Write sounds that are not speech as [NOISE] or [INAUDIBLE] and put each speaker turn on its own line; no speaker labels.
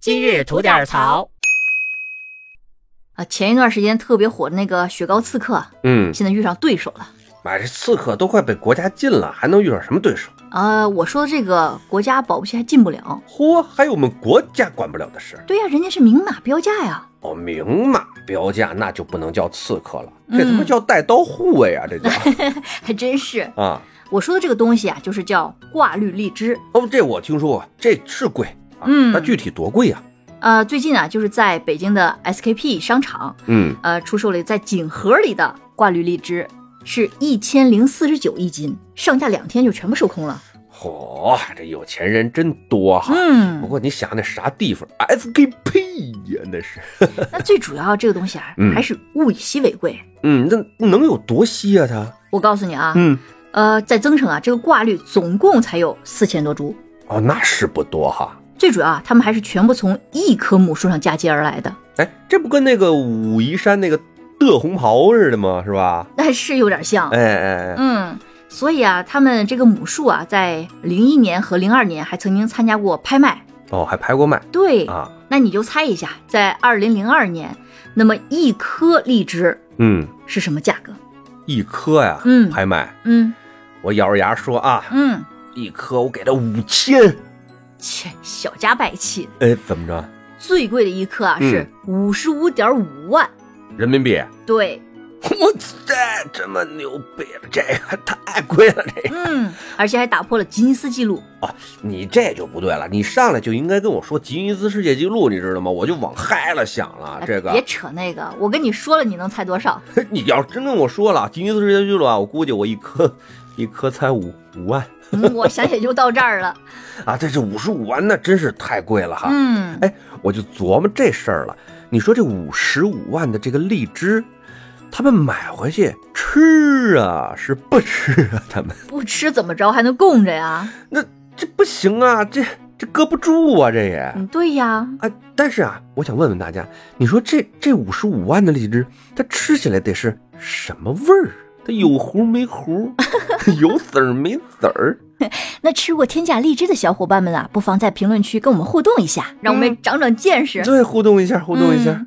今日吐点槽。
啊，前一段时间特别火的那个雪糕刺客，
嗯，
现在遇上对手了。
妈，这刺客都快被国家禁了，还能遇上什么对手？
呃，我说的这个国家保不齐还进不了。
嚯，还有我们国家管不了的事。
对呀、人家是明码标价呀。
哦，明码标价那就不能叫刺客了，这他妈
嗯
叫带刀护卫
[LAUGHS]
啊，这叫
还真是。
啊。
我说的这个东西啊，就是叫挂绿荔枝。
哦，这我听说过，这是贵啊，
嗯
那具体多贵呀、
呃，最近啊，就是在北京的 SKP 商场，
嗯，
呃，出售了在锦盒里的挂绿荔枝，是一千零四十九一斤，上架两天就全部售空了。
嚯，这有钱人真多哈。不
嗯，
过你想那啥地方，SKP 呀，那是，
那最主要这个东西啊，
嗯
还是物以稀为贵。
[LAUGHS] 嗯，那能有多稀啊？它，
我告诉你啊，
嗯，
呃，在增城啊，这个挂绿总共才有四千多株。
哦，那是不多哈。
最主要啊，他们还是全部从一棵母树上嫁接而来的，
哎，这不跟那个武夷山那个的红袍似的吗？是吧？
那是有点像。
哎哎哎，
嗯，所以啊，他们这个母树啊，在零一年和零二年还曾经参加过拍卖。
哦，还拍过卖
对，
啊，
那你就猜一下，在二零零二年，那么一颗荔枝
嗯，
是什么价格？
一颗呀，
嗯
拍卖，
嗯
我咬着牙说啊，
嗯，
一颗我给他五千，
切，小家败气，
哎，怎么着？
最贵的一颗啊
嗯
是五十五点五万。
人民币？
对，
我这这么牛逼了，这个太贵了，这个
嗯，而且还打破了吉尼斯纪录。
你这就不对了，你上来就应该跟我说吉尼斯世界纪录，你知道吗？我就往嗨了想了
哎，
啊这
别
个
扯那个，我跟你说了，你能猜多少？
[LAUGHS] 你要是真跟我说了吉尼斯世界纪录啊，我估计我一颗一颗才五五万
嗯我想也就到这
[LAUGHS]
儿了。
啊，这是五十五万，那真是太贵了哈。
嗯，
哎，我就琢磨这事儿了。你说这五十五万的这个荔枝，他们买回去吃啊，是不吃啊？他们
不吃怎么着还能供着呀？
那这不行啊，这这搁不住啊，这也。
嗯，对呀，
啊，但是啊，我想问问大家，你说这这五十五万的荔枝，它吃起来得是什么味儿？啊它有核没核， [LAUGHS] 有籽儿没籽儿？
那吃过天价荔枝的小伙伴们啊，不妨在评论区跟我们互动一下，让我们长长见识。
嗯对，互动一下，互动一下。
嗯